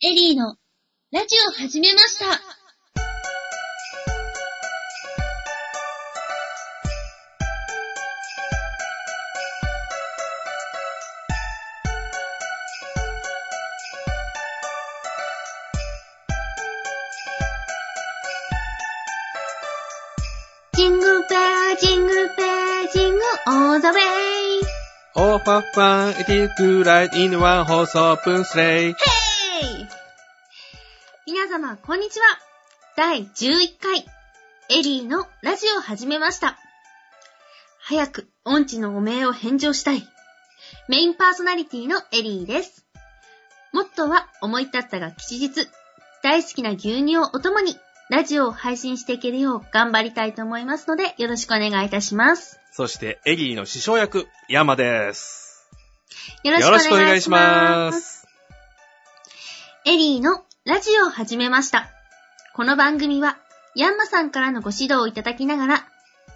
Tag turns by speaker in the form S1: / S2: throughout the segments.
S1: エリーのラジオ始めました。ジングルベー、ジングルベー、ジングルオーザウェイ。
S2: オーパーパン、エティクライ、インワン、ホースオープン、スレ
S1: イェ
S2: イ。
S1: ーイ皆様、こんにちは。第11回、エリーのラジオを始めました。早く、音痴の汚名を返上したい。メインパーソナリティのエリーです。モットーは、思い立ったが吉日。大好きな牛乳をお供に、ラジオを配信していけるよう頑張りたいと思いますので、よろしくお願いいたします。
S2: そして、エリーの師匠役、ヤマです。
S1: よろしくお願いします。。エリーのラジオを始めました。この番組は、ヤンマさんからのご指導をいただきながら、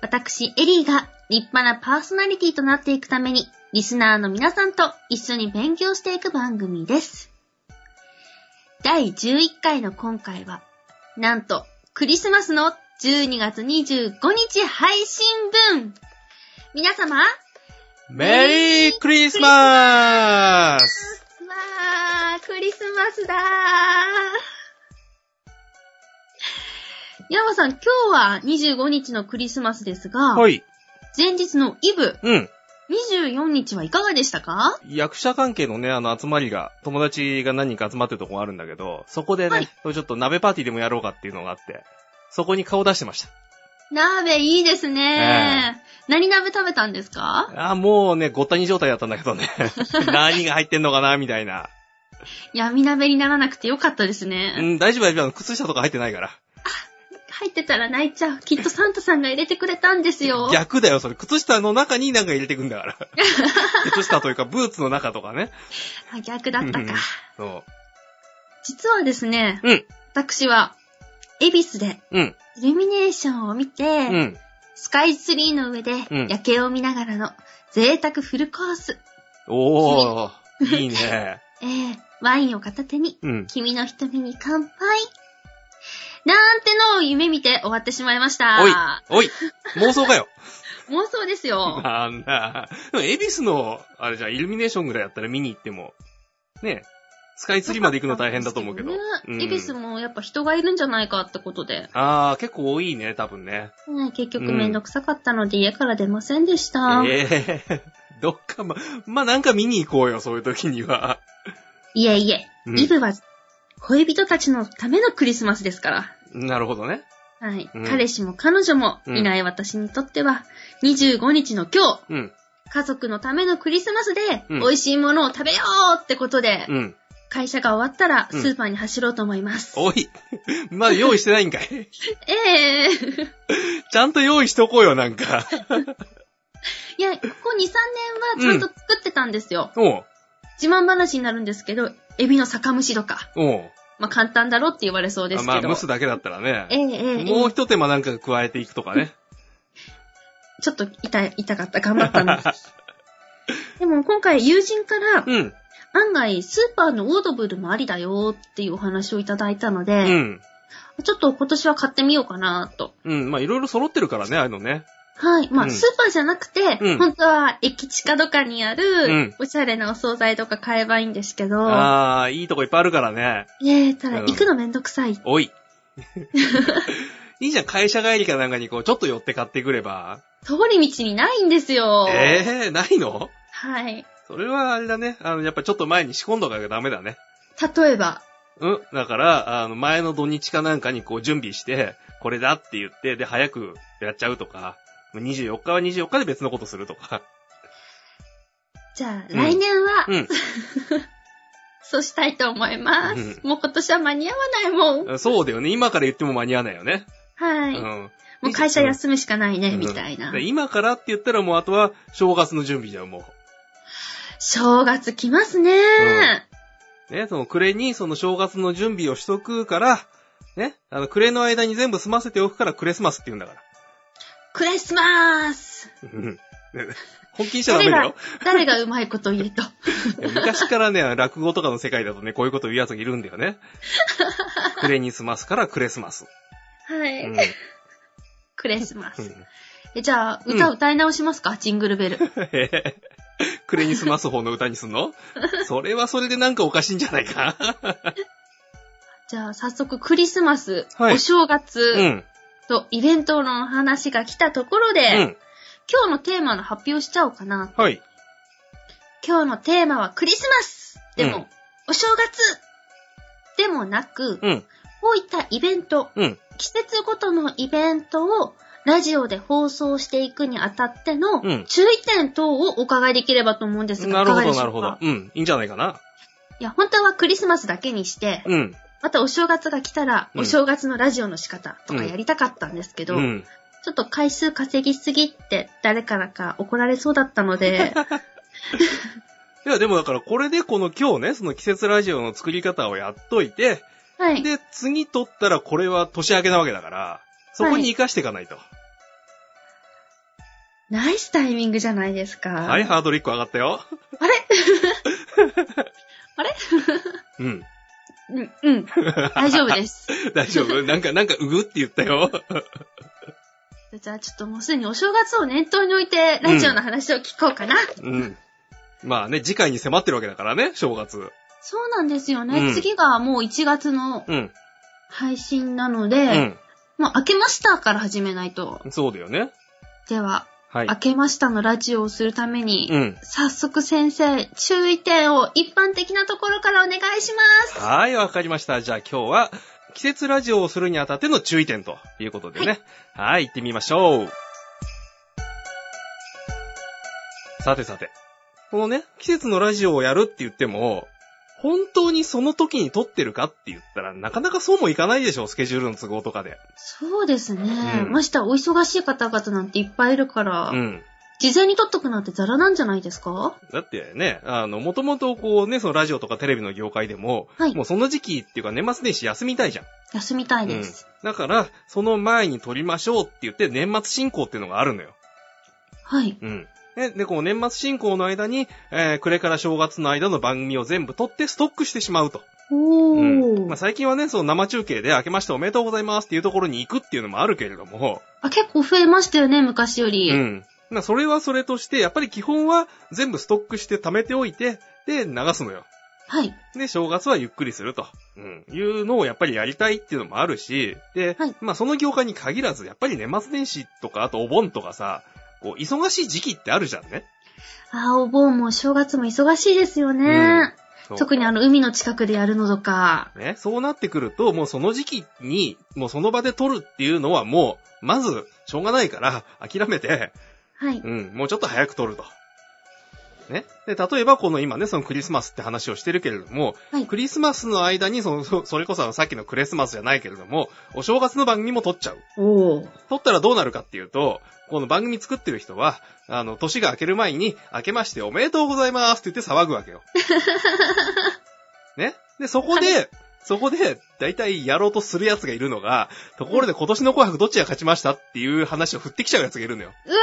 S1: 私、エリーが立派なパーソナリティとなっていくために、リスナーの皆さんと一緒に勉強していく番組です。第11回の今回は、なんと、クリスマスの12月25日配信分皆様、
S2: メリークリスマス
S1: わー、クリスマスだー。ヤマさん、今日は25日のクリスマスですが、
S2: はい。
S1: 前日のイブ、
S2: うん。
S1: 24日はいかがでしたか
S2: 役者関係のね、あの、集まりが、友達が何人か集まってるとこがあるんだけど、そこでね、
S1: はい
S2: ちょっと鍋パーティーでもやろうかっていうのがあって、そこに顔出してました。
S1: 鍋いいですね、何鍋食べたんですか
S2: あー、もうね、ごったに状態だったんだけどね。 何が入ってんのかな、みたいな。
S1: 闇鍋にならなくてよかったです
S2: う
S1: ね。
S2: ん、大丈夫大丈夫。靴下とか入ってないから。
S1: 入ってたら泣いちゃう。きっとサンタさんが入れてくれたんですよ。
S2: 逆だよ、それ。靴下の中になんか入れてくんだ から。靴下というか、ブーツの中とかね。
S1: あ逆だった
S2: うん
S1: か。
S2: そ
S1: 実はですね、
S2: うん
S1: 私は、恵比寿で
S2: う。うん。
S1: イルミネーションを見て、
S2: うん。
S1: スカイツリーの上で
S2: うん
S1: 夜景を見ながらの贅沢フルコース。
S2: おー、いいね。
S1: えー、ワインを片手に、
S2: うん。
S1: 君の瞳に乾杯。なんてのを夢見て終わってしまいました。
S2: おい、おい、妄想か よ。
S1: 妄想です よ。
S2: なんだ。でも、恵比寿の、あれじゃ、イルミネーションぐらいやったら見に行っても、ね、スカイツリーまで行くの大変だと思うけど。
S1: ね
S2: うん
S1: 恵比寿もやっぱ人がいるんじゃないかってことで。
S2: あー、結構多いね、多分ね。
S1: ね結局
S2: うん
S1: めんどくさかったので家から出ませんでした。
S2: ええー、 どっかま、まあ、なんか見に行こうよ、そういう時には。
S1: いえいえ、
S2: うん
S1: イブは恋人たちのためのクリスマスですから。
S2: なるほどね。
S1: はい。
S2: うん
S1: 彼氏も彼女もいない私にとっては、25日の今日、
S2: うん、
S1: 家族のためのクリスマスで、
S2: うん
S1: 美味しいものを食べようってことで、
S2: うん。
S1: 会社が終わったら、ス
S2: うん
S1: ーパーに走ろうと思います。
S2: おい、 まだ用意してないんかい。
S1: ええ
S2: ちゃんと用意しとこうよ、なんか。
S1: いや、ここ2、3年はちゃんと作ってたんですよ。
S2: おう、
S1: 自慢話になるんですけど、エビの酒蒸しとか、
S2: おう。
S1: まあ簡単だろって言われそうですけ
S2: まあ、
S1: ど。
S2: 蒸すだけだったら
S1: え
S2: ね。
S1: えええ
S2: も
S1: え
S2: う一手間なんか加えていくとか ね。
S1: えちょっと痛い、痛かった、頑張ったん です。でも今回友人から、
S2: うん、
S1: 案外スーパーのオードブルもありだよっていうお話をいただいたの
S2: う
S1: で、
S2: ん。
S1: ちょっと今年は買ってみようかなと。
S2: うん、まあ、いろいろ揃ってるからね、ああいうのね。
S1: はい。まあ、
S2: うん
S1: スーパーじゃなくて、
S2: うん
S1: 本当は駅地下とかにあ
S2: う
S1: る
S2: ん、
S1: おしゃれなお惣菜とか買えばいいんですけど、
S2: ああ、いいとこいっぱいあるからね。
S1: ええただ
S2: うん
S1: 行くのめんどくさい。
S2: おい。いいじゃん、会社帰りかなんかにこう、ちょっと寄って買ってくれば。
S1: 通り道にないんですよ。
S2: ええないの
S1: はい。
S2: それはあれだね。あの、やっぱちょっと前に仕込んどかなきゃダメだね。
S1: 例えば、
S2: うん。だから、あの、前の土日かなんかにこう準備して、これだって言って、で、早くやっちゃうとか、24日は24日で別のことするとか。
S1: じゃあ、
S2: うん
S1: 来年は、
S2: うん。
S1: そうしたいと思います。もう今年は間に合わないもん。
S2: そうだよね。今から言っても間に合わないよね。
S1: は
S2: う
S1: い。も
S2: ん。
S1: う会社休むしかないね、
S2: うん
S1: みたいな
S2: で。今からって言ったらもうあとは正月の準備じゃん、も
S1: 正月来ますね、
S2: う。ね、その暮れにその正月の準備をしとくから、ね、あの暮れの間に全部済ませておくからクレスマスって言うんだから。
S1: クリスマス
S2: うん 本気にしちゃダ
S1: 誰
S2: メだよ
S1: が。、誰がうまいこと言えと。
S2: いや昔からね、落語とかの世界だとね、こういうこと言う奴がいるんだ よね。クレニスマスからクレスマス。
S1: は
S2: う
S1: い。
S2: んうん
S1: クレスマス。え、じゃあ、歌
S2: う
S1: 歌い直しますか、ジングルベル。
S2: へへ クレニスマス法の歌にすんのそれはそれでなんかおかしいんじゃないか。
S1: じゃあ、早速、クリスマス、
S2: はい
S1: お正
S2: う
S1: 月
S2: ん。
S1: とイベントの話が来たところで、
S2: うん。
S1: 今日のテーマの発表しちゃおうかな。
S2: はい。
S1: 今日のテーマはクリスマスでも、
S2: うん
S1: お正月でもなく、
S2: うん。
S1: こういったイベント、
S2: うん。
S1: 季節ごとのイベントをラジオで放送していくにあたっての
S2: うん
S1: 注意点等をお伺いできればと思うんですが、
S2: ないる
S1: か
S2: ほ
S1: がで
S2: ど、
S1: しょうか
S2: なるほど。うん。いいんじゃないかな。
S1: いや、本当はクリスマスだけにして、
S2: うん。
S1: またお正月が来たら、
S2: うん
S1: お正月のラジオの仕方とかやりたかったんですけ
S2: う
S1: ど、
S2: ん。
S1: ちょっと回数稼ぎすぎって誰からか怒られそうだったの で、
S2: いや、でもだからこれでこの今日ね、その季節ラジオの作り方をやっといて、
S1: はい。
S2: で、次撮ったらこれは年明けなわけだから、そこに活かしていかないと。
S1: ナイスタイミングじゃないですか。
S2: はい、ハードル1個上がったよ。
S1: あれあれ
S2: うん。
S1: うん、うん。大丈夫です。
S2: 大丈夫なんか、なんか、うぐって言ったよ。
S1: じゃあちょっともうすでにお正月を念頭に置いて、ラジオの話を聞こうかな。
S2: うん。まあね、次回に迫ってるわけだからね、正月。
S1: そうなんですよね。
S2: うん
S1: 次がもう1月の
S2: うん。
S1: 配信なので、
S2: うん。
S1: もう明けましたから始めないと。
S2: そうだよね。
S1: では、
S2: はい
S1: 明。けましたのラジオをするために、
S2: うん。
S1: 早速先生、注意点を一般的なところからお願いします。
S2: はい、わかりました。じゃあ今日は、季節ラジオをするにあたっての注意点ということでね。はい、行ってみましょう。さてさて。このね、季節のラジオをやるって言っても、本当にその時に撮ってるかって言ったら、なかなかそうもいかないでしょ、スケジュールの都合とかで。
S1: そうですね。
S2: うん
S1: ましてはお忙しい方々なんていっぱいいるから、
S2: うん。
S1: 事前に撮っとくなんてザラなんじゃないですか
S2: だってね、あの、もともとこうね、そのラジオとかテレビの業界でも、
S1: はい
S2: もうその時期っていうか年末年始休みたいじゃん。
S1: 休みたい
S2: うん
S1: です。
S2: だから、その前に撮りましょうって言って年末進行っていうのがあるのよ。
S1: はい。
S2: うん。ねで、こう年末進行の間に、えー、暮れから正月の間の番組を全部撮ってストックしてしまうと。
S1: おー。
S2: まあ、最近はね、その生中継で明けましておめでとうございますっていうところに行くっていうのもあるけれども、
S1: あ結構増えましたよね、昔より。
S2: うん。まあ、それはそれとして、やっぱり基本は全部ストックして貯めておいて、で、流すのよ。
S1: はい。
S2: で、正月はゆっくりすると、うん、いうのをやっぱりやりたいっていうのもあるし、で、
S1: はい
S2: まあその業界に限らず、やっぱり年末年始とか、あとお盆とかさ、こう、忙しい時期ってあるじゃんね。
S1: あー、お盆も正月も忙しいですよね。
S2: そう
S1: 特にあの、海の近くでやるのとか。
S2: ね、そうなってくると、もうその時期に、もうその場で撮るっていうのはもう、まず、しょうがないから、諦めて、
S1: はい。
S2: うん、もうちょっと早く撮ると。ね。で、例えばこの今ね、そのクリスマスって話をしてるけれども、
S1: はい
S2: クリスマスの間に、その、そそれこそあのさっきのクリスマスじゃないけれども、お正月の番組も撮っちゃう。
S1: おー。
S2: 撮ったらどうなるかっていうと、この番組作ってる人は、あの、年が明ける前に、明けましておめでとうございますって言って騒ぐわけよ。ねで、そこで、そこで、だいたいやろうとするやつがいるのが、ところで今年の紅白どっちが勝ちましたっていう話を振ってきちゃうやつがいるのよ。
S1: うわ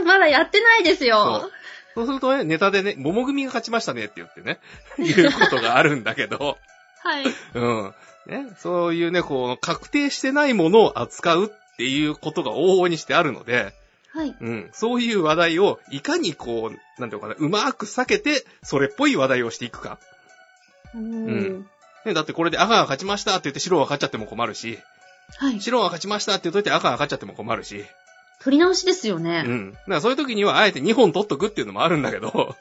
S1: ー、まだやってないです
S2: そ
S1: よ
S2: う。そうするとね、ネタでね、桃組が勝ちましたねって言ってね、いうことがあるんだけど、
S1: はい。
S2: うん。ね、そういうね、こう、確定してないものを扱うっていうことが往々にしてあるので、
S1: はい。
S2: うん。そういう話題を、いかにこう、なんていうのかな、うまく避けて、それっぽい話題をしていくか。
S1: おー。
S2: んね、だってこれで赤が勝ちましたって言って白が勝っちゃっても困るし、
S1: はい。
S2: 白が勝ちましたって言っといて赤が勝っちゃっても困るし、
S1: 取り直しですよ
S2: う
S1: ね。
S2: ん。だからそういう時には、あえて2本取っとくっていうのもあるんだけ ど、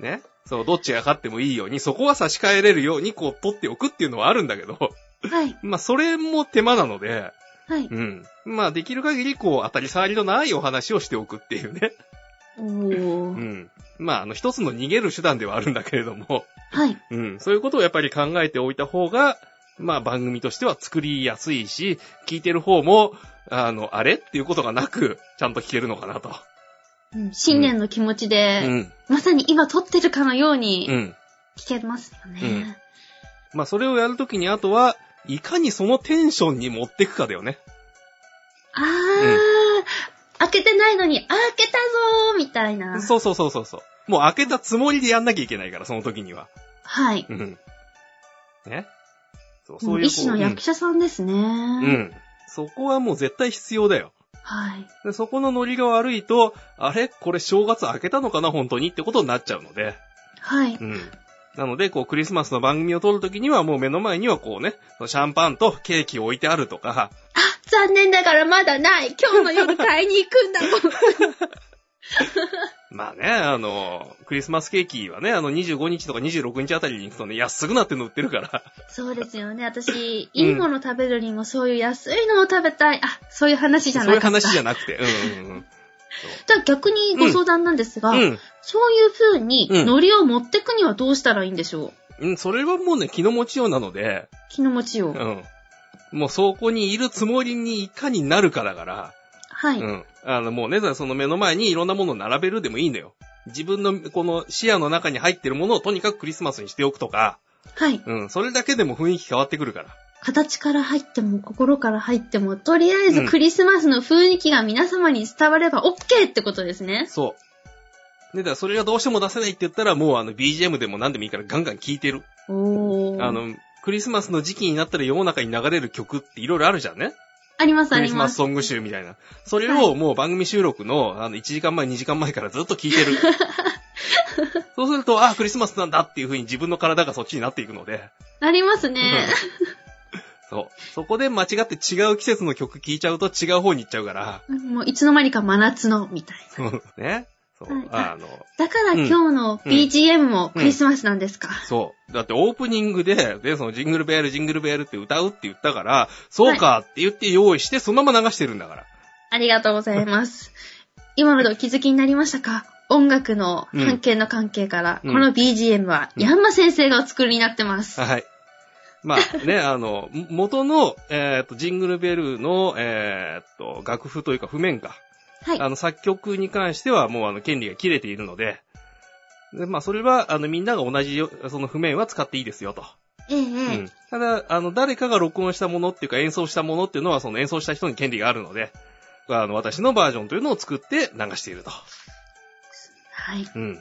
S2: ね。そう、どっちが勝ってもいいように、そこは差し替えれるように、こう、取っておくっていうのはあるんだけど、
S1: はい。
S2: まあ、それも手間なので、
S1: はい。
S2: うん。まあ、できる限り、こう、当たり障りのないお話をしておくっていうね。
S1: おー。
S2: うん。まあ、あの、一つの逃げる手段ではあるんだけれども、
S1: はい。
S2: うん。そういうことをやっぱり考えておいた方が、まあ、番組としては作りやすいし、聞いてる方も、あの、あれっていうことがなく、ちゃんと聞けるのかなと。
S1: うん新年の気持ち
S2: う
S1: で、
S2: ん。
S1: まさに今撮ってるかのよう
S2: う
S1: に
S2: ん。
S1: 聞けますよね。
S2: まあ、それをやるときに、あとは、いかにそのテンションに持ってくかだよね。
S1: あー、開けてないのに、あ、開けたぞーみたいな。
S2: そうそうそうそうそう。もう開けたつもりでやんなきゃいけないから、その時には。
S1: はい。
S2: うん。ね。そう、
S1: も
S2: そう
S1: う
S2: いう。
S1: 医師の役者さんですね。
S2: こううん。うん。そこはもう絶対必要だよ。
S1: はい。
S2: でそこのノリが悪いと、あれこれ正月明けたのかな本当にってことになっちゃうので。
S1: はい。
S2: うん。なので、こう、クリスマスの番組を撮るときには、もう目の前にはこうね、シャンパンとケーキを置いてあるとか、
S1: あ、残念ながらまだ ない。今日の夜買いに行くんだもん。
S2: まあね、あの、クリスマスケーキはね、あの、25日とか26日あたりに行くとね、安くなってるの売ってるから。
S1: そうですよね。私、いいもの食べるよりもそういう安いのを食べたい。あ、そういう話じゃ
S2: そう
S1: な
S2: いう
S1: いかった。
S2: 話じゃなくて。うんうんうん。
S1: じゃあ逆にご相談なんですが、
S2: うん。
S1: そういう風に
S2: うん
S1: ノリを持ってくにはどうしたらいいんでしょう、
S2: うん、それはもうね、気の持ちようなので、
S1: 気の持ちを。
S2: うん。もうそこにいるつもりにいかになるかだから、
S1: はい、
S2: うん。あの、もうね、その目の前にいろんなものを並べるでもいいんだよ。自分のこの視野の中に入ってるものをとにかくクリスマスにしておくとか、
S1: はい。
S2: うん、それだけでも雰囲気変わってくるから。
S1: 形から入っても心から入っても、とりあえずクリスマスの雰囲気が皆様に伝われば OK ってことですね。
S2: そう。で、だからそれがどうしても出せないって言ったら、もうあの BGM でも何でもいいからガンガン聴いてる。
S1: おー。
S2: あ、の、クリスマスの時期になったら世の中に流れる曲っていろいろあるじゃんね。
S1: ありますあ
S2: クリ
S1: り
S2: スマ
S1: ま
S2: ス
S1: す。
S2: ソング集みたいな。それ
S1: は
S2: をもう番組収録の、あの、1時間前、2時間前からずっと聴いて る。そうすると、あ、クリスマスなんだっていう風に自分の体がそっちになっていくので。
S1: ありますね。
S2: そう。そこで間違って違う季節の曲聴いちゃうと違う方に行っちゃうから。
S1: もういつの間にか真夏の、みたいな。
S2: ね。そう
S1: はい。
S2: あの、
S1: だから
S2: うん
S1: 今日の BGM もクリスマスなんですか。
S2: そう。だってオープニングで、で、そのジングルベール、ジングルベールって歌うって言ったから、そうかって言って用意して、そのまま流してるんだから。
S1: ありがとうございます。今のでお気づきになりましたか音楽の関係の関係から、
S2: うん
S1: この BGM は
S2: うん
S1: ヤンマ先生がお作りになってます。
S2: はい。まあ ね、あの、も元の、えーっと、ジングルベルの、えーっと、楽譜というか譜面か。
S1: はい。
S2: あの、作曲に関してはもうあの、権利が切れているので、で、まあ、それは、あの、みんなが同じよ、その譜面は使っていいですよと。
S1: ええ
S2: う
S1: ええ
S2: ん。ただ、あの、誰かが録音したものっていうか演奏したものっていうのは、その演奏した人に権利があるので、あの、私のバージョンというのを作って流していると。
S1: はい。
S2: うん。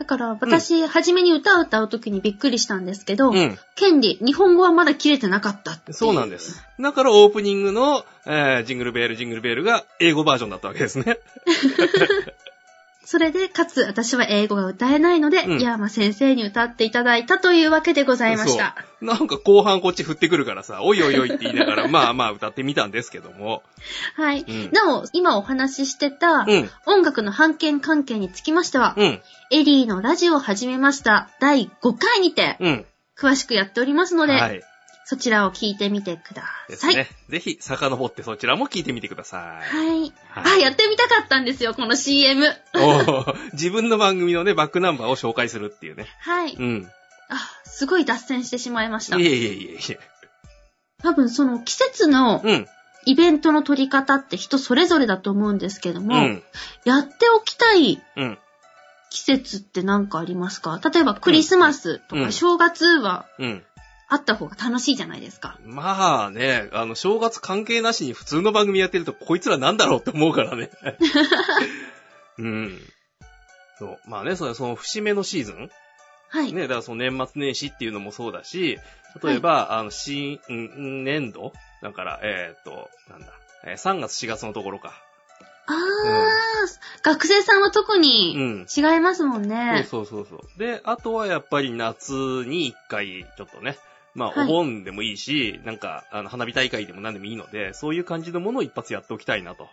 S1: だから私、初めに歌を歌う時にびっくりしたんですけど、
S2: うん。
S1: 権利、日本語はまだ切れてなかったってい
S2: そうなんで。す。だからオープニングの、えージングルベール、ジングルベールが英語バージョンだったわけですね。
S1: それで、かつ私は英語が歌えないので、
S2: うん
S1: ヤンマ先生に歌っていただいたというわけでございました。
S2: なんか後半こっち振ってくるからさ、おいおいおいって言いな がら、まあまあ歌ってみたんですけども。
S1: はい。
S2: うん。
S1: なお、今お話ししてた
S2: う、ん。
S1: 音楽の版権関係につきましては、
S2: うん。
S1: エリーのラジオを始めました第5回にて、
S2: うん。
S1: 詳しくやっておりますので、
S2: はい。
S1: そちらを聞いてみてくだ
S2: です
S1: さい。
S2: ね。ぜひ、遡ってそちらも聞いてみてください。
S1: はい。
S2: は
S1: あ、やってみたかったんですよ、この CM。
S2: おー自分の番組のね、バックナンバーを紹介するっていうね。
S1: はい。
S2: うん。
S1: あ、すごい脱線してしまいまし
S2: い
S1: た
S2: え。いえいえいえ。
S1: 多分その季節の
S2: うん。
S1: イベントの取り方って人それぞれだと思うんですけど
S2: う
S1: も、
S2: ん。
S1: やっておきたい
S2: うん。
S1: 季節って何かありますか例えばクリスマスと
S2: うんう
S1: か
S2: ん
S1: 正月は
S2: うん。
S1: あった方が楽しいじゃないですか。
S2: まあね、あの、正月関係なしに普通の番組やってると、こいつらなんだろうって思うからね。うん。そう。まあね、その、その節目のシーズン
S1: はい。
S2: ね、だからその年末年始っていうのもそうだし、例えば、あの、新、ん年度だから、えーっと、なんだ、えー3月4月のところか。
S1: あー、学生さんは特
S2: う
S1: に
S2: ん。
S1: 違いますもんね。
S2: そうそうそうそう。で、あとはやっぱり夏に一回、ちょっとね、まあ、
S1: は
S2: お
S1: い
S2: 盆でもいいし、なんか、あの、花火大会でも何でもいいので、そういう感じのものを一発やっておきたいなと。
S1: は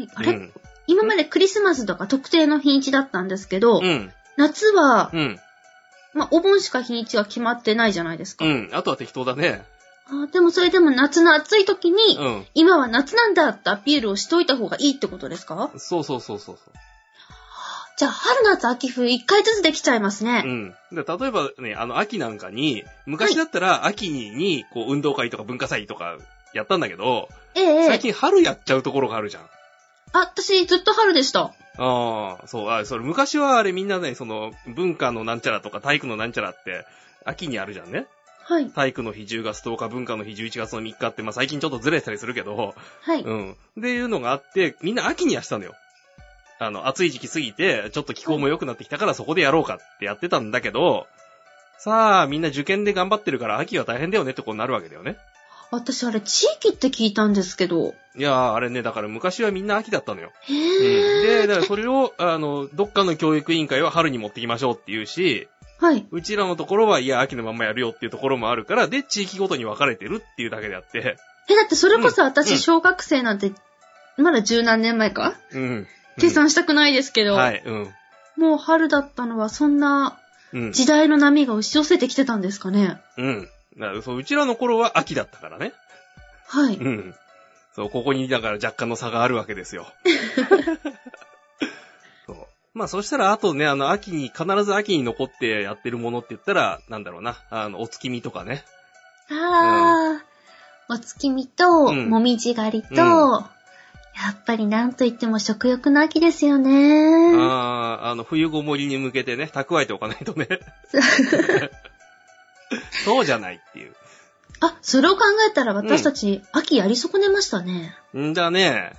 S1: い、あれ、
S2: うん。
S1: 今までクリスマスとか特定の日にちだったんですけど、
S2: うん。
S1: 夏は、
S2: うん。
S1: まあ、お盆しか日にちは決まってないじゃないですか。
S2: うん。あとは適当だね。
S1: あーでもそれでも夏の暑い時に、
S2: うん。
S1: 今は夏なんだってアピールをしといた方がいいってことですか
S2: そうそうそうそうそう。
S1: じゃあ、春夏秋冬一回ずつできちゃいますね。
S2: うん。で例えばね、あの、秋なんかに、昔だったら秋に、こう、運動会とか文化祭とかやったんだけど、
S1: ええ
S2: 最近春やっちゃうところがあるじゃん。
S1: あ、私ずっと春でした。
S2: ああ、そう、あそれ昔はあれみんなね、その、文化のなんちゃらとか体育のなんちゃらって、秋にあるじゃんね。
S1: はい。
S2: 体育の日10月10日、文化の日11月の3日って、まあ最近ちょっとずれたりするけど、
S1: はい。
S2: うん。っていうのがあって、みんな秋にはしたのよ。あの、暑い時期過ぎて、ちょっと気候も良くなってきたからそこでやろうかってやってたんだけど、さあ、みんな受験で頑張ってるから秋は大変だよねってことになるわけだよね。
S1: 私あれ地域って聞いたんですけど。
S2: いやー、あれね、だから昔はみんな秋だったのよ。
S1: へ
S2: うん。
S1: ぇー。
S2: で、だからそれを、あの、どっかの教育委員会は春に持ってきましょうっていうし、
S1: はい。
S2: うちらのところは、いや、秋のまんまやるよっていうところもあるから、で、地域ごとに分かれてるっていうだけであって、
S1: え、だってそれこそ
S2: うんう
S1: 私
S2: ん
S1: 小学生なんて、まだ十何年前か
S2: うん。
S1: 計算したくないですけ
S2: うん
S1: ど、
S2: はい、うん。
S1: もう春だったのはそんな
S2: うん。
S1: 時代の波が押し寄せてきてたんですかね。
S2: うん。だからそう、うちらの頃は秋だったからね。
S1: はい。
S2: うん。そう、ここに、だから若干の差があるわけで すよ。そう。まあ、そしたら、あとね、あの、秋に、必ず秋に残ってやってるものって言ったら、なんだろうな、あの、お月見とかね。
S1: あー、お月見と、
S2: うん
S1: もみじ狩りと、
S2: うん
S1: やっぱりなんといっても食欲の秋ですよね。
S2: ああ、あの、冬ごもりに向けてね、蓄えておかない とね。そうじゃないっていう。
S1: あ、それを考えたら私たち、秋やり損ねましたね。
S2: んだね。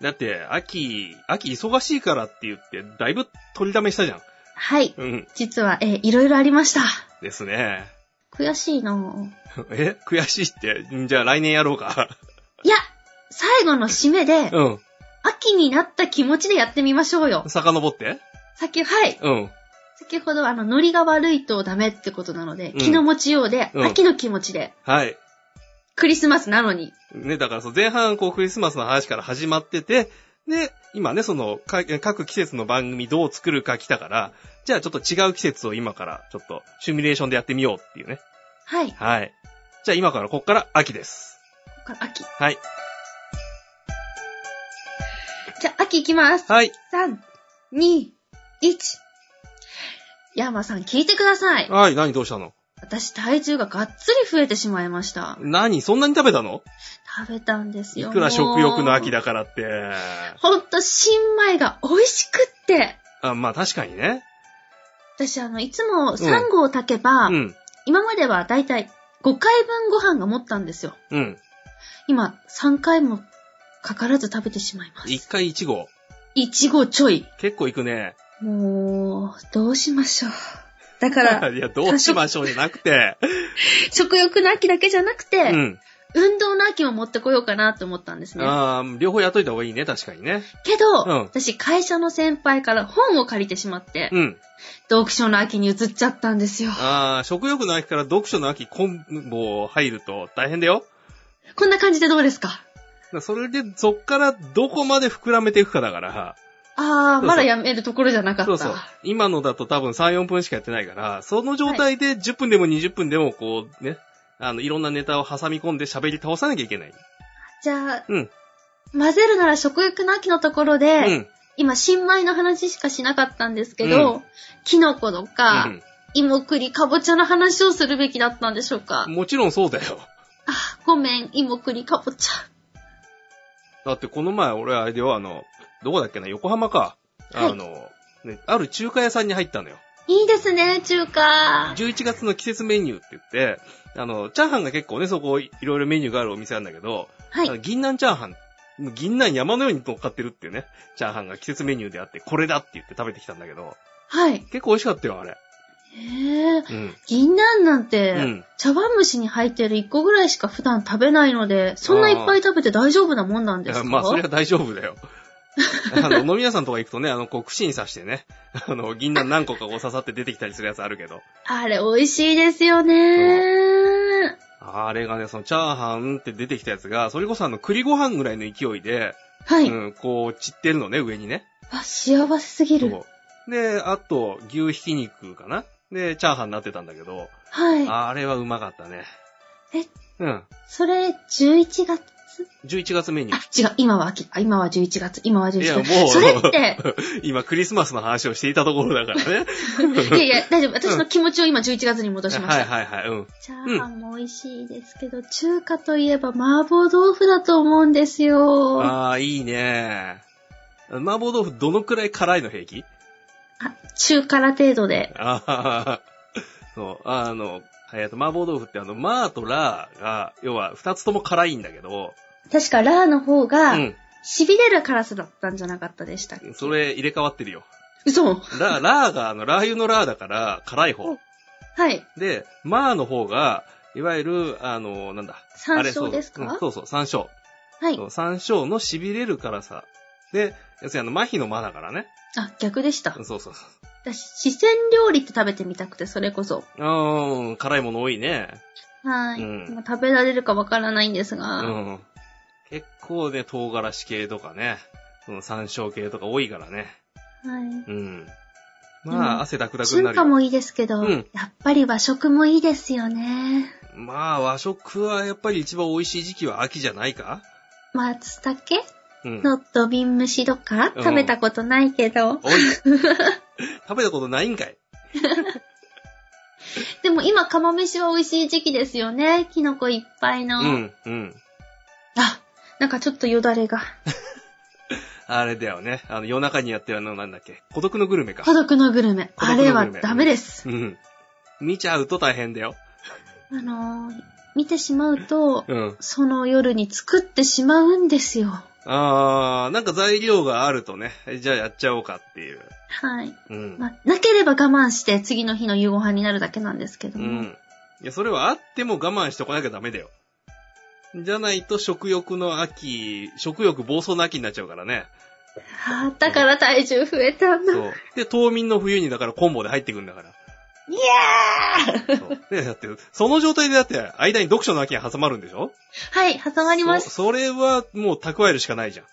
S2: だって、秋、秋忙しいからって言って、だいぶ取りだめしたじゃん。
S1: はい。
S2: うん。
S1: 実は、えー、いろいろありました。
S2: ですね。
S1: 悔しいなぁ。
S2: え悔しいって。んじゃあ来年やろうか。
S1: いや、最後の締めで、
S2: うん。
S1: 秋になった気持ちでやってみましょうよ。
S2: 遡って。
S1: 先、はい。
S2: うん。
S1: 先ほど、あの、ノリが悪いとダメってことなので、
S2: うん
S1: 気の持ちようで、
S2: うん
S1: 秋の気持ちで、
S2: はい。
S1: クリスマスなのに。
S2: ね、だからそう、前半、こう、クリスマスの話から始まってて、で、今ね、その、か各季節の番組どう作るか来たから、じゃあちょっと違う季節を今から、ちょっと、シミュレーションでやってみようっていうね。
S1: はい。こ
S2: はい。じゃあ今から、こっから秋です。
S1: こから秋。
S2: はい。
S1: じゃあ、秋行きます。
S2: はい。
S1: 3、2、1。ヤーマさん、聞いてください。
S2: はい、何どうしたの
S1: 私、体重ががっつり増えてしまいました。
S2: 何そんなに食べたの
S1: 食べたんです
S2: い
S1: よ。
S2: くら食欲の秋
S1: だ。
S2: だからって。
S1: ほんと、新米が美味しくって。
S2: あ、まあ確かにね。
S1: 私、あの、いつも3合炊けば、
S2: うん。
S1: 今まではだいたい5回分ご飯が持ったんですよ。
S2: うん。
S1: 今、3回もかからず食べてしまいます。
S2: 一回一号。
S1: 1合ちょい。
S2: 結構いくね。
S1: もう、どうしましょう。だから、
S2: いや、どうしましょうじゃなくて。
S1: 食欲の秋だけじゃなくて、
S2: うん。
S1: 運動の秋も持ってこようかなと思ったんですね。
S2: ああ、両方やっといた方がいいね、確かにね。
S1: けど、
S2: うん
S1: 私会社の先輩から本を借りてしまって、
S2: うん。
S1: 読書の秋に移っちゃったんですよ。
S2: ああ、食欲の秋から読書の秋コンボ入ると大変だよ。
S1: こんな感じでどうですか
S2: それで、そっからどこまで膨らめていくかだから。
S1: あー、
S2: うそう
S1: まだやめるところじゃなかった。
S2: そうそう。今のだと多分3、4分しかやってないから、その状態で10分でも20分でもこうね、あの、いろんなネタを挟み込んで喋り倒さなきゃいけない。
S1: じゃあ、
S2: うん
S1: 混ぜるなら食欲の秋のところ
S2: う
S1: で、
S2: ん。
S1: 今新米の話しかしなかったんですけど、
S2: うん
S1: キノコとか、
S2: うん
S1: 芋栗、かぼちゃの話をするべきだったんでしょうか、
S2: もちろんそうだよ。
S1: あ、ごめん、芋栗、かぼちゃ。
S2: だってこの前俺あれではあの、どこだっけな、横浜か。
S1: はい
S2: あの、ね、ある中華屋さんに入ったのよ。
S1: いいですね、中華。
S2: 11月の季節メニューって言って、あの、チャーハンが結構ね、そこいろいろメニューがあるお店なんだけど、
S1: は
S2: あの
S1: い。
S2: 銀杏チャーハン。銀杏山のように乗っかってるっていうね、チャーハンが季節メニューであって、これだって言って食べてきたんだけど、
S1: はい。
S2: 結構美味しかったよ、あれ。
S1: へえ、
S2: うん。
S1: 銀杏なんて、
S2: うん
S1: 茶碗蒸しに入ってる1個ぐらいしか普段食べないので、そんないっぱい食べて大丈夫なもんなんですか
S2: まあ、それは大丈 夫だよ。あの、飲み屋さんとか行くとね、あの、こう、串に刺してね、あの、銀杏何個かこう刺さって出てきたりするやつあるけど、
S1: あれ美味しいですよね。
S2: あれがね、その、チャーハンって出てきたやつが、それこそあの、栗ご飯ぐらいの勢いで、
S1: はい。
S2: うん、こう、散ってるのね、上にね。
S1: あ、幸せすぎる。
S2: そう。で、あと、牛ひき肉かなで、チャーハンになってたんだけど、
S1: は
S2: あれはうまかったね。
S1: え
S2: うん。
S1: い。それ、11月
S2: 11月メニュ
S1: あ
S2: ー。、
S1: 違う、今は秋。あ、今は11月。今は11
S2: い
S1: 月
S2: や、。もう、
S1: それって、
S2: 今、クリスマスの話をしていたところだから ね。
S1: いやいや、大丈夫。私の気持ちを今11月に戻しまし
S2: はい
S1: た。
S2: はいはい、うん。
S1: チャーハンも美味しいですけど、中華といえば麻婆豆腐だと思うんですよ。あ
S2: ああ、いいね。麻婆豆腐どのくらい辛いの平気
S1: 中辛程度で。
S2: ああ、そう、あの、えっ、と、麻婆豆腐ってあの、麻とラーが、要は二つとも辛いんだけど、
S1: 確かラーの方
S2: う
S1: が、
S2: ん。
S1: 痺れる辛さだったんじゃなかったでしたっけ
S2: それ入れ替わってるよ。
S1: 嘘
S2: ラ、ラーが、あの、ラー油のラーだから、辛い方。
S1: はい。
S2: で、麻の方が、いわゆる、あの、なんだ。
S1: 山
S2: あれそ
S1: 椒
S2: う
S1: ですか
S2: うんそうそう、山椒。
S1: はい
S2: そう。山椒の痺れる辛さ。で、要するにあの、麻痺の麻だからね。
S1: あ、逆でした。
S2: そうそう。
S1: 私、四川料理って食べてみたくて、それこそ。
S2: うーん、辛いもの多いね。
S1: はい。
S2: うん
S1: まあ食べられるかわからないんです
S2: う
S1: が、
S2: ん。結構ね、唐辛子系とかね、その山椒系とか多いからね。
S1: はい。
S2: うん。ま
S1: うん
S2: あ、汗ダクダクにな
S1: 中
S2: る
S1: 華
S2: よ。
S1: もいいですけど、
S2: うん
S1: やっぱり和食もいいですよね。
S2: まあ、和食はやっぱり一番美味しい時期は秋じゃないか
S1: 松茸
S2: うん。
S1: の土瓶蒸しとか、
S2: うん
S1: 食べたことないけど。
S2: おい食べたことないんかい
S1: でも今、釜飯は美味しい時期ですよね。キノコいっぱいの。
S2: うん、うん。
S1: あ、なんかちょっとよだれが。
S2: あれだよね。あの、夜中にやってるあの、なんだっけ。孤独のグルメか
S1: 孤。独のグルメ。
S2: 孤
S1: あ
S2: 独のグル
S1: れ
S2: メ
S1: はダメです。
S2: うん。見ちゃうと大変だよ。
S1: あのー、見てしまうと、
S2: うん。
S1: その夜に作ってしまうんですよ。
S2: あー、なんか材料があるとね、じゃあやっちゃおうかっていう。
S1: はい。
S2: うん。
S1: まあ、なければ我慢して次の日の夕ご飯になるだけなんですけど
S2: う
S1: も。
S2: ん。いや、それはあっても我慢しておかなきゃダメだよ。じゃないと食欲の秋、食欲暴走の秋になっちゃうからね。
S1: あーだから体重増えたんだ。
S2: そう。 で、冬眠の冬にだからコンボで入ってくんだから。
S1: いやー
S2: そう。で、だって、その状態でだって、間に読書の秋が挟まるんでしょ
S1: はい、挟まります。
S2: そそれはもう蓄えるしかないじゃん。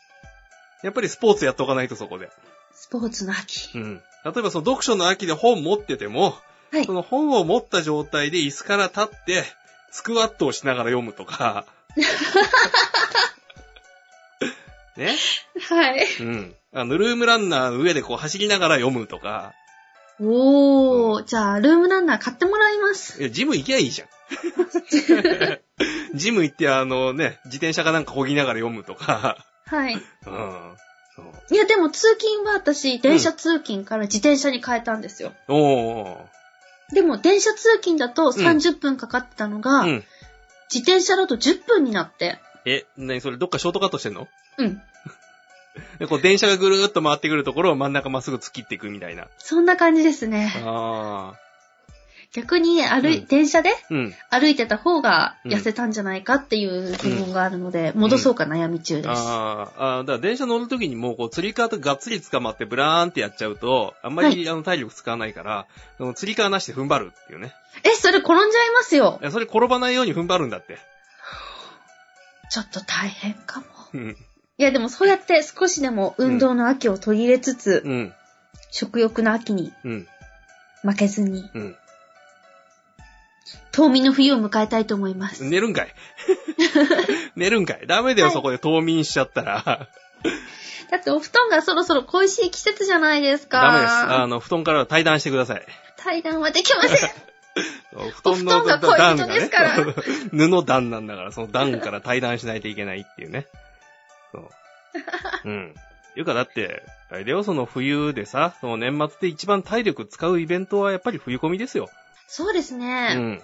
S2: やっぱりスポーツやっとかないとそこで。
S1: スポーツの
S2: う
S1: 秋。
S2: ん。例えばその読書の秋で本持ってても、
S1: はい
S2: そ。の本を持った状態で椅子から立って、スクワットをしながら読む とか。ね
S1: はい。
S2: うん。あの、ルームランナーの上でこう走りながら読むとか。
S1: おー、じゃあ、ルームランナー買ってもらいます。
S2: いや、ジム行きゃい いじゃん。ジム行ってあのね、自転車かなんか漕ぎながら読むとか。
S1: はい。
S2: うん。そう。
S1: いや、でも通勤は私、電車通勤から自転車に変えたんですよ。
S2: おー。
S1: でも、電車通勤だと30分かかってたのが、
S2: うん。
S1: 自転車だと10分になって、
S2: え、なにそれどっかショートカットしてんの
S1: うん。
S2: でこう電車がぐるーっと回ってくるところを真ん中まっすぐ突っ切っていくみたいな。
S1: そんな感じですね。
S2: ああ。
S1: 逆に、歩い、
S2: うん
S1: 電車で
S2: うん。
S1: 歩いてた方が痩せたんじゃないかっていう疑問があるので、戻そうか悩み中です。
S2: あーあー、だから電車乗るときにもうこう釣り革とがっつり捕まってブラーンってやっちゃうと、あんまりあの体力使わないから、その釣り革なしで踏ん張るっていうね。
S1: え、それ転んじゃいますよ
S2: い。やそれ転ばないように踏ん張るんだって。
S1: ちょっと大変かも。
S2: うん。
S1: いや、でもそうやって少しでも運動の秋を取り入れつつ、
S2: うん。
S1: 食欲の秋に
S2: うん。
S1: 負けずに、
S2: うん。
S1: 冬眠の冬を迎えたいと思います。
S2: 寝るんかい寝るんかいダメだよ、
S1: はい
S2: そこで冬眠しちゃったら。
S1: だってお布団がそろそろ恋しい季節じゃないですか。
S2: ダメです。あの、布団からは退団してください。
S1: 対談はできま せん。
S2: 布
S1: 団のお布団が恋人ですから
S2: 段がね 布段なんだから、その段から対談しないといけないっていうね。 そう。うん。いうかだって、あれだよ、その冬でさ、その年末で一番体力使うイベントはやっぱり冬コミですよ。
S1: そうです
S2: う
S1: ね。
S2: ん。う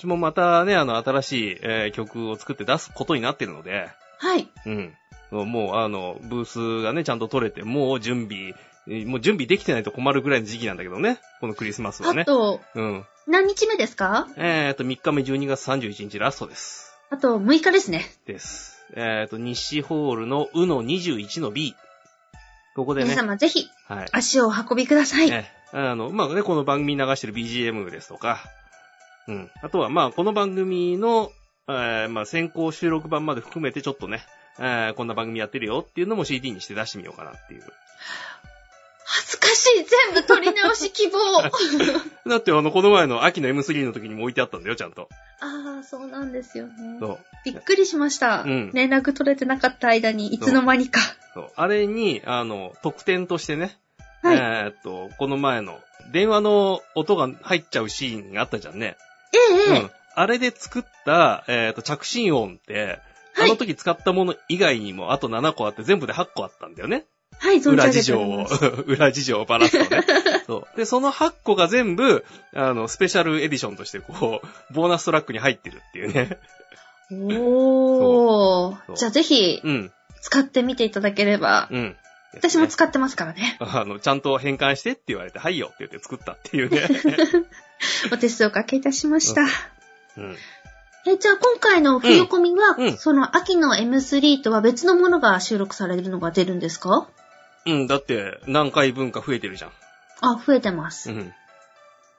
S2: ちもまたね、あの、新しい、えー曲を作って出すことになってるので、
S1: はい。
S2: うん。そうもう、あの、ブースがね、ちゃんと取れて、もう準備、えーもう準備できてないと困るぐらいの時期なんだけどね。このクリスマスは
S1: あ
S2: ね。
S1: と、
S2: うん。
S1: 何日目ですか
S2: えーと、3日目12月31日ラストです。
S1: あと6日ですね。
S2: です。えっ、と、西ホールのうの21の B。ここで
S1: 皆
S2: ね。
S1: 様ぜひ
S2: はい。
S1: 足をお運びください。
S2: ねあの、まあね、この番組に流してる BGM ですとか、うん。あとは、まあ、この番組の、えーまあ、先行収録版まで含めてちょっとね、えーこんな番組やってるよっていうのも CD にして出してみようかなっていう。
S1: 恥ずかしい全部取り直し希 望
S2: だって、あの、この前の秋の M3 の時にも置いてあったんだよ、ちゃんと。
S1: ああ、そうなんですよね。
S2: そう。
S1: びっくりしました、
S2: うん
S1: 連絡取れてなかった間に、いつの間にか。
S2: そう。あれに、あの、特典としてね、
S1: はい。え
S2: えーっと、この前の、電話の音が入っちゃうシーンがあったじゃんね。
S1: ええ
S2: うん。あれで作った、えっ、と、着信音って、
S1: はい
S2: あの時使ったもの以外にも、あと7個あって、全部で8個あったんだよね。
S1: えはい、存じ上げ
S2: 裏事
S1: て
S2: 情
S1: おり
S2: を
S1: ます。、
S2: 裏事情をばらす とね。そう。で、その8個が全部、あの、スペシャルエディションとして、こう、ボーナストラックに入ってるっていう ね。
S1: お
S2: そ
S1: ー。
S2: う
S1: じゃあぜひ、
S2: うん、
S1: 使ってみていただければ。
S2: うん。
S1: 私も
S2: ですね
S1: 使ってますからね。
S2: あの、ちゃんと変換してって言われて、はいよって言って作ったっていう ね。
S1: お手数をおかけいたしました。
S2: うん。
S1: え、じゃあ今回の冬コミは、
S2: うんうん
S1: その秋の M3 とは別のものが収録されるのが出るんですか
S2: うん、だって、何回分か増えてるじゃん。
S1: あ、増えてます。
S2: うん。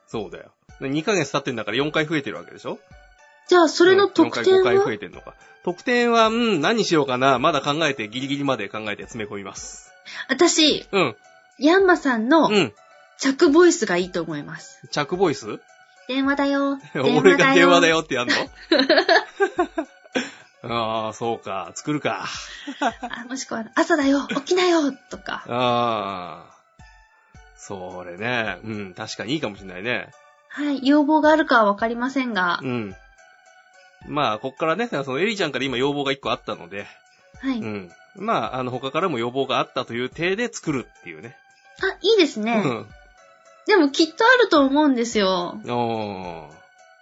S2: そうだよ。2ヶ月経ってんだから4回増えてるわけでしょ
S1: じゃあそれの特典
S2: 4回5回
S1: は
S2: 増えてんのか。特典は、うん、何しようかな。まだ考えて、ギリギリまで考えて詰め込みます。
S1: 私、
S2: うん、
S1: ヤンマさんの
S2: うん。
S1: 着ボイスがいいと思います。
S2: 着ボイス
S1: 電話だよ。
S2: 俺が電話だ。よってやんの ああ、そうか。作るか。
S1: あもしくは、朝だよ。起きなよ。とか。
S2: ああ。それね。うん、確かにいいかもしんないね。
S1: はい。要望があるかはわかりませんが。
S2: うん。まあ、こっからね、そのエリちゃんから今要望が1個あったので、
S1: はい。
S2: う
S1: あ、
S2: ん。まあ、あの、他からも要望があったという体で作るっていうね。
S1: いいですね。でもきっとあると思うんですよ。
S2: うん。おー。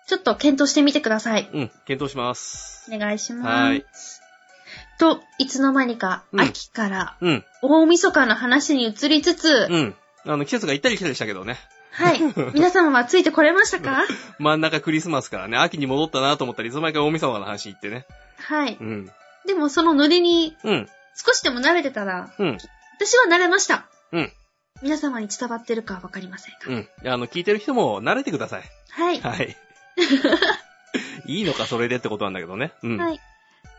S1: ちょっと検討してみてください。
S2: うん、検討します。
S1: お願いします。
S2: はい。
S1: と、いつの間にか、
S2: うん
S1: 秋から、
S2: うん、
S1: 大晦日の話に移りつつ、
S2: うん。あの、季節が行ったり来たりしたけどね。
S1: はい。皆様はついてこれましたか
S2: 真ん中クリスマスからね、秋に戻ったなと思ったらいつの間にか大晦日の話行ってね。
S1: はい。
S2: うん。
S1: でもそのノリに
S2: うん。
S1: 少しでも慣れてたら、
S2: うん。
S1: 私は慣れました。
S2: うん。
S1: 皆様に伝わってるかはわかりませんが。
S2: うん。あの、聞いてる人も慣れてください。
S1: はい。は
S2: はい。いいのか、それでってことなんだけどね。うん。
S1: い。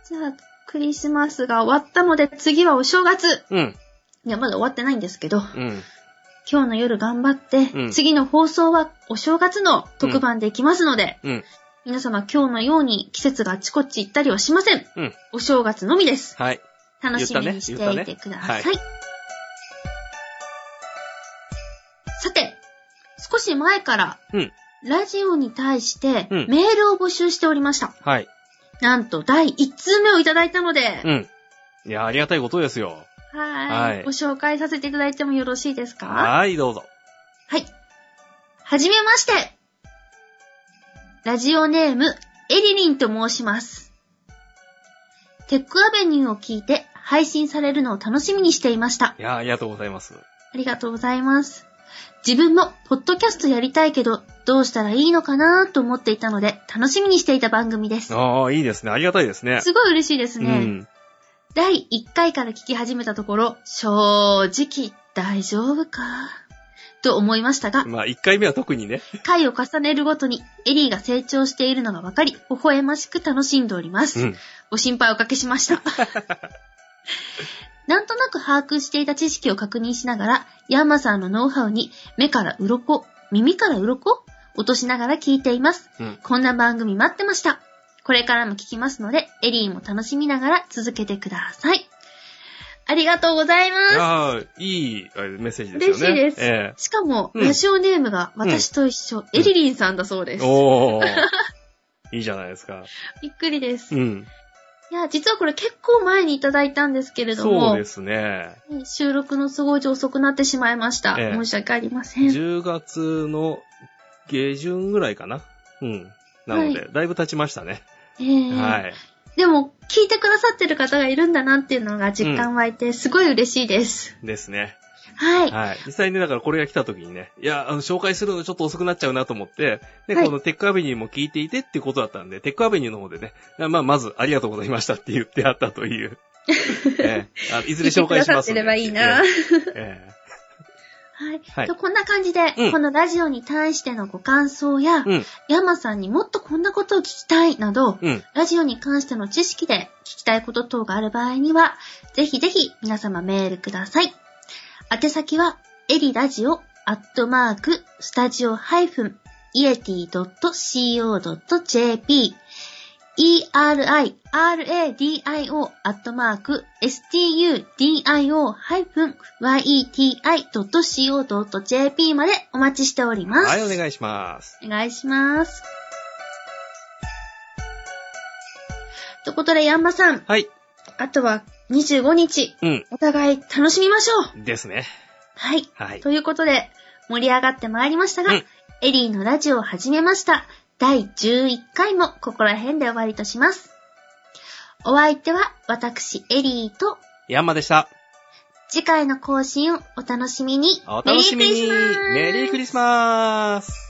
S1: じゃあ、クリスマスが終わったので、次はお正月。
S2: うん。
S1: いや、まだ終わってないんですけど、
S2: うん。
S1: 今日の夜頑張って、
S2: うん
S1: 次の放送はお正月の特番でいきますので、
S2: うん。
S1: 皆様今日のように季節があちこち行ったりはしません。
S2: うん。
S1: お正月のみです。
S2: はい。
S1: 楽しみにし
S2: 言
S1: て
S2: ったね
S1: いてくだ
S2: 言
S1: さい。
S2: ったね
S1: さて、少し前から、
S2: うん
S1: ラジオに対して
S2: うん
S1: メールを募集しておりました。
S2: はい。
S1: なんと第1通目をいただいたので、
S2: うん。いや、ありがたいことですよ。
S1: はー
S2: はい
S1: い。ご紹介させていただいてもよろしいですか
S2: はい、どうぞ。
S1: はい。はじめまして。ラジオネーム、エリリンと申します。テックアベニューを聞いて配信されるのを楽しみにしていました。
S2: いや、ありがとうございます。
S1: ありがとうございます。自分も、ポッドキャストやりたいけど、どうしたらいいのかなと思っていたので、楽しみにしていた番組です。
S2: ああ、いいですね。ありがたいですね。
S1: すごい嬉しいです
S2: う
S1: ね。
S2: ん。
S1: 第1回から聞き始めたところ、正直、大丈夫かと思いましたが、
S2: まあ、1回目は特にね。
S1: 回を重ねるごとにエリーが成長しているのが分かり、微笑ましく楽しんでおります。
S2: うん。
S1: ご心配おかけしま した。なんとなく把握していた知識を確認しながら、ヤンマさんのノウハウに目から鱗、耳から鱗落としながら聞いています。
S2: うん。
S1: こんな番組待ってました。これからも聞きますので、エリーも楽しみながら続けてください。ありがとうござい
S2: い
S1: ま
S2: やーいいあれメッセージですよ
S1: 嬉し
S2: ね。
S1: いです
S2: え
S1: す。しかも、
S2: うん
S1: ラジオネームが私と一緒、エリリンさんだそう
S2: え
S1: です。
S2: お ー。いいじゃないですか。
S1: びっくりです
S2: う。ん。
S1: いや、実はこれ結構前にいただいたんですけれど
S2: そう
S1: も
S2: で、すね。
S1: 収録の都合上遅くなってしまいました。
S2: ええ
S1: 申し訳ありません。
S2: 10月の下旬ぐらいかな。うん。なので、
S1: は
S2: だいぶ経ちましたね。
S1: ええ
S2: はい。
S1: でも、聞いてくださってる方がいるんだなっていうのが実感湧いて、すごい嬉しいです。
S2: ですね。
S1: はい。
S2: はい。実際にねだからこれが来た時にね、いや、あの、紹介するのちょっと遅くなっちゃうなと思って、で、
S1: はい
S2: このテックアベニューも聞いていてっていうことだったんで、テックアベニューの方でね、まあ、まず、ありがとうございましたって言ってあった という。ええあのいずれ紹介しますん
S1: 聞いてくださってれ
S2: で。
S1: ばいいな
S2: えええ
S1: はい。
S2: はい
S1: とこんな感じで、
S2: うん
S1: このラジオに対してのご感想や、
S2: えうん、
S1: ヤマさんにもっとこんなことを聞きたいなど、
S2: うん。
S1: ラジオに関しての知識で聞きたいこと等がある場合には、ぜひぜひ皆様メールください。宛先は、エリラジオアットマーク、スタジオハイフン、イエティ .co.jp、eriradio アットマーク、studio ハイフン、yeti.co.jp までお待ちしております。
S2: はい、お願いします。
S1: お願いします。ということで、ヤンマさん、
S2: はい。
S1: あとは25日、
S2: うん。
S1: お互い楽しみましょう
S2: ですね。
S1: はい。
S2: はい。
S1: ということで、盛り上がってまいりましたが、
S2: うん
S1: エリーのラジオを始めました。第11回もここら辺で終わりとします。お相手は私、エリーと、
S2: ヤンマでした。
S1: 次回の更新をお楽しみに。
S2: お楽しみに
S1: メリークリスマス
S2: メリークリスマス